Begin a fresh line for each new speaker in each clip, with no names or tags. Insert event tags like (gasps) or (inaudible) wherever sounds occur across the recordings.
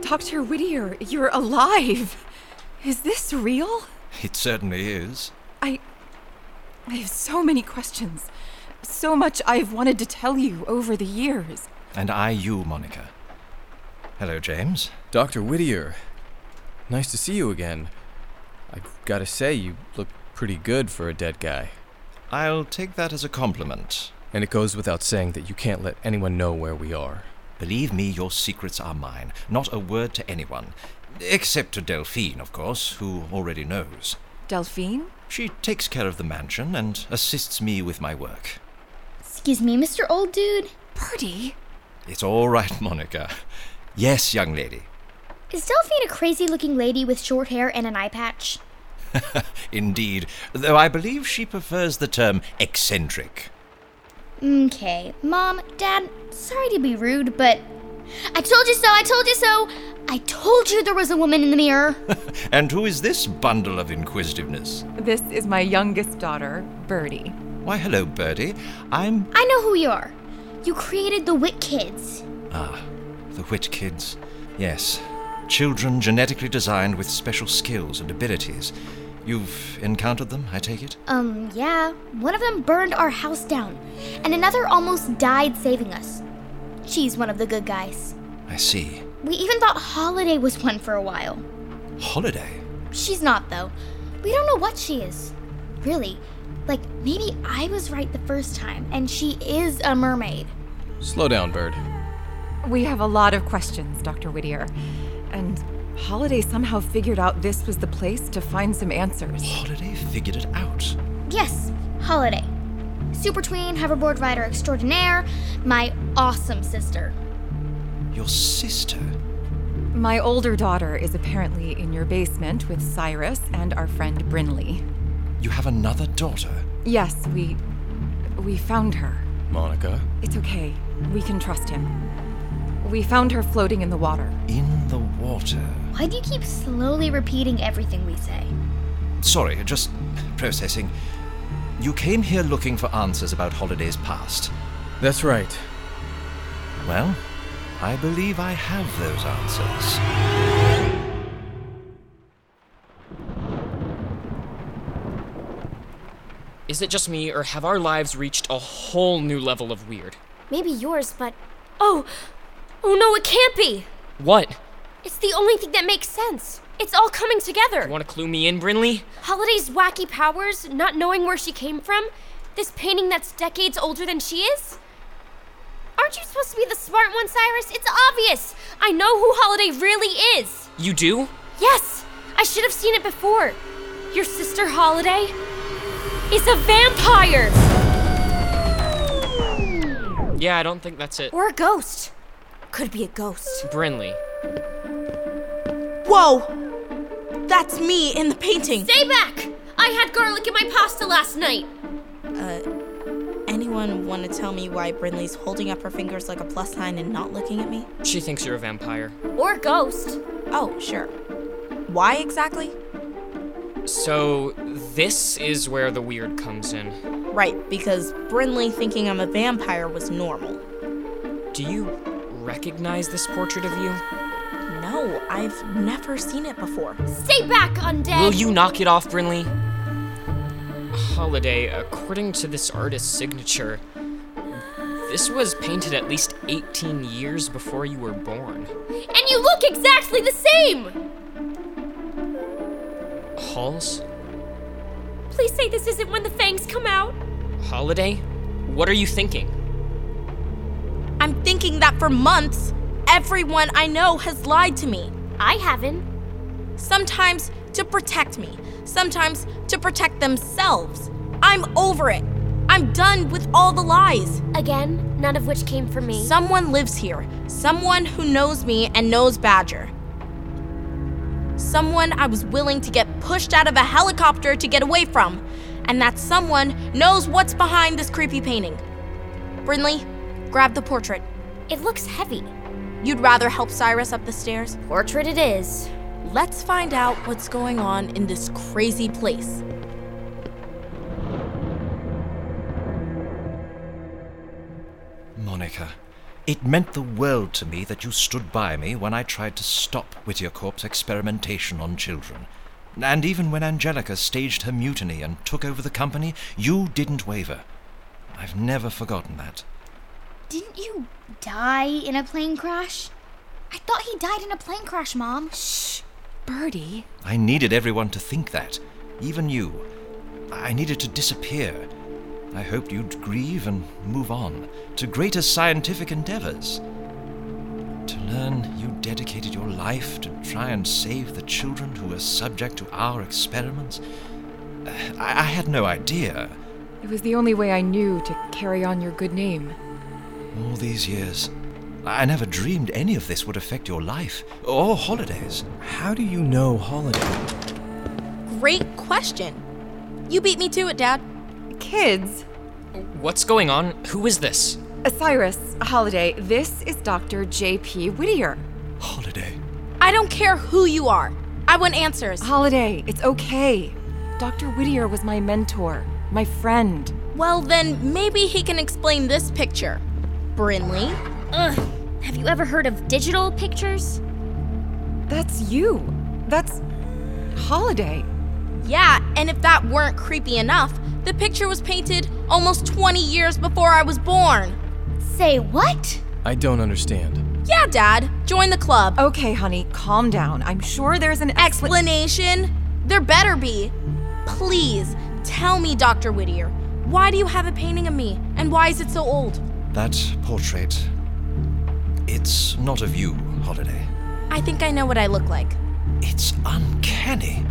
Dr. Whittier, you're alive! Is this real?
It certainly is.
I. I have so many questions. So much I've wanted to tell you over the years.
And I, you, Monica. Hello, James.
Dr. Whittier, nice to see you again. I've got to say, you look pretty good for a dead guy.
I'll take that as a compliment.
And it goes without saying that you can't let anyone know where we are.
Believe me, your secrets are mine. Not a word to anyone. Except to Delphine, of course, who already knows.
Delphine?
She takes care of the mansion and assists me with my work.
Excuse me, Mr. Old Dude.
Bertie?
It's all right, (laughs) Monica. Yes, young lady.
Is Delphine a crazy looking lady with short hair and an eye patch?
Indeed, though I believe she prefers the term eccentric.
Okay. Mom, Dad, sorry to be rude, but. I told you so, I told you so! I told you there was a woman in the mirror!
And who is this bundle of inquisitiveness?
This is my youngest daughter, Bertie.
Why, hello, Birdie. I'm.
I know who you are. You created the Wit Kids.
Ah, the Whit kids. Yes, children genetically designed with special skills and abilities. You've encountered them, I take it?
Um, yeah. One of them burned our house down, and another almost died saving us. She's one of the good guys.
I see.
We even thought Holiday was one for a while.
Holiday?
She's not, though. We don't know what she is. Really. Like, maybe I was right the first time, and she is a mermaid.
Slow down, Bird.
We have a lot of questions, Dr. Whittier. And Holiday somehow figured out this was the place to find some answers. (gasps)
Holiday figured it out.
Yes, Holiday. Super tween, hoverboard rider extraordinaire, my awesome sister.
Your sister?
My older daughter is apparently in your basement with Cyrus and our friend Brinley.
You have another daughter?
Yes, we. we found her.
Monica?
It's okay. We can trust him. We found her floating in the water.
In the water.
Why do you keep slowly repeating everything we say?
Sorry, just processing. You came here looking for answers about Holiday's past.
That's right.
Well, I believe I have those answers.
Is it just me, or have our lives reached a whole new level of weird?
Maybe yours, but. Oh! Oh no, it can't be!
What?
It's the only thing that makes sense. It's all coming together.
Want to clue me in, Brinley?
Holiday's wacky powers, not knowing where she came from, this painting that's decades older than she is? Aren't you supposed to be the smart one, Cyrus? It's obvious! I know who Holiday really is!
You do?
Yes! I should have seen it before! Your sister Holiday is a vampire!
Yeah, I don't think that's it.
Or a ghost. Could be a ghost.
Brinley.
Whoa! That's me in the painting!
Stay back! I had garlic in my pasta last night!
Anyone want to tell me why Brinley's holding up her fingers like a plus sign and not looking at me?
She thinks you're a vampire.
Or a ghost.
Oh, sure. Why exactly?
So, this is where the weird comes in.
Right, because Brinley thinking I'm a vampire was normal.
Do you recognize this portrait of you?
No, I've never seen it before.
Stay back, undead!
Will you knock it off, Brinley? Holiday, according to this artist's signature, this was painted at least 18 years before you were born.
And you look exactly the same!
Halls?
Please say this isn't when the fangs come out.
Holiday? What are you thinking?
I'm thinking that for months, everyone I know has lied to me.
I haven't.
Sometimes to protect me, sometimes to protect themselves. I'm over it. I'm done with all the lies.
Again, none of which came from me.
Someone lives here. Someone who knows me and knows Badger. Someone I was willing to get pushed out of a helicopter to get away from. And that someone knows what's behind this creepy painting. Brinley, grab the portrait.
It looks heavy.
You'd rather help Cyrus up the stairs?
Portrait it is.
Let's find out what's going on in this crazy place.
Monica, It meant the world to me that you stood by me when I tried to stop Whittier Corp's experimentation on children. And even when Angelica staged her mutiny and took over the company, you didn't waver. I've never forgotten that.
Didn't you die in a plane crash? I thought he died in a plane crash, Mom.
Birdie,
I needed everyone to think that, even you. I needed to disappear. I hoped you'd grieve and move on to greater scientific endeavors. To learn you dedicated your life to try and save the children who were subject to our experiments, uh, I, I had no idea.
it was the only way I knew to carry on your good name.
All these years, I never dreamed any of this would affect your life or holidays.
How do you know Holiday?
Great question. You beat me to it, Dad.
Kids,
What's going on? Who is this?
Cyrus, Holiday, this is Dr. J.P. Whittier.
Holiday.
I don't care who you are. I want answers.
Holiday, it's okay. Dr. Whittier was my mentor, my friend.
Well, then maybe he can explain this picture. Brinley?
Ugh. Have you ever heard of digital pictures?
That's you. That's Holiday.
Yeah, and if that weren't creepy enough, the picture was painted almost 20 years before I was born.
Say what?
I don't understand.
Yeah, Dad, join the club.
Okay, honey, calm down. I'm sure there's an explanation.
Explanation? There better be. Please, tell me, Dr. Whittier, why do you have a painting of me, and why is it so old?
That portrait. It's not of you, Holiday.
I think I know what I look like.
It's uncanny.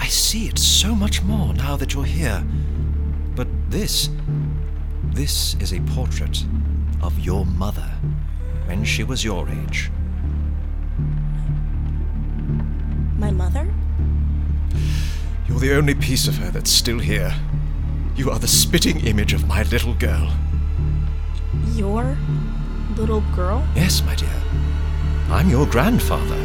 I see it so much more now that you're here. But this. This is a portrait of your mother when she was your age.
My mother?
You're the only piece of her that's still here. You are the spitting image of my little girl.
Your little girl?
Yes, my dear. I'm your grandfather.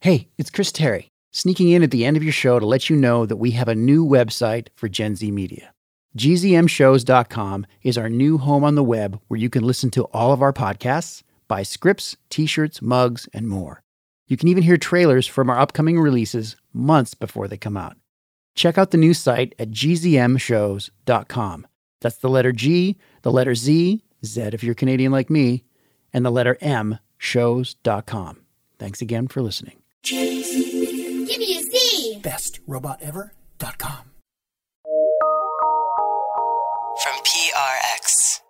Hey, it's Chris Terry, sneaking in at the end of your show to let you know that we have a new website for Gen Z Media. GZMshows.com is our new home on the web where you can listen to all of our podcasts, buy scripts, t shirts, mugs, and more. You can even hear trailers from our upcoming releases months before they come out. Check out the new site at GZMshows.com. That's the letter G, the letter Z, Z if you're Canadian like me, and the letter M, shows.com. Thanks again for listening.
Give me a Z.
bestrobotever.com.
From PRX.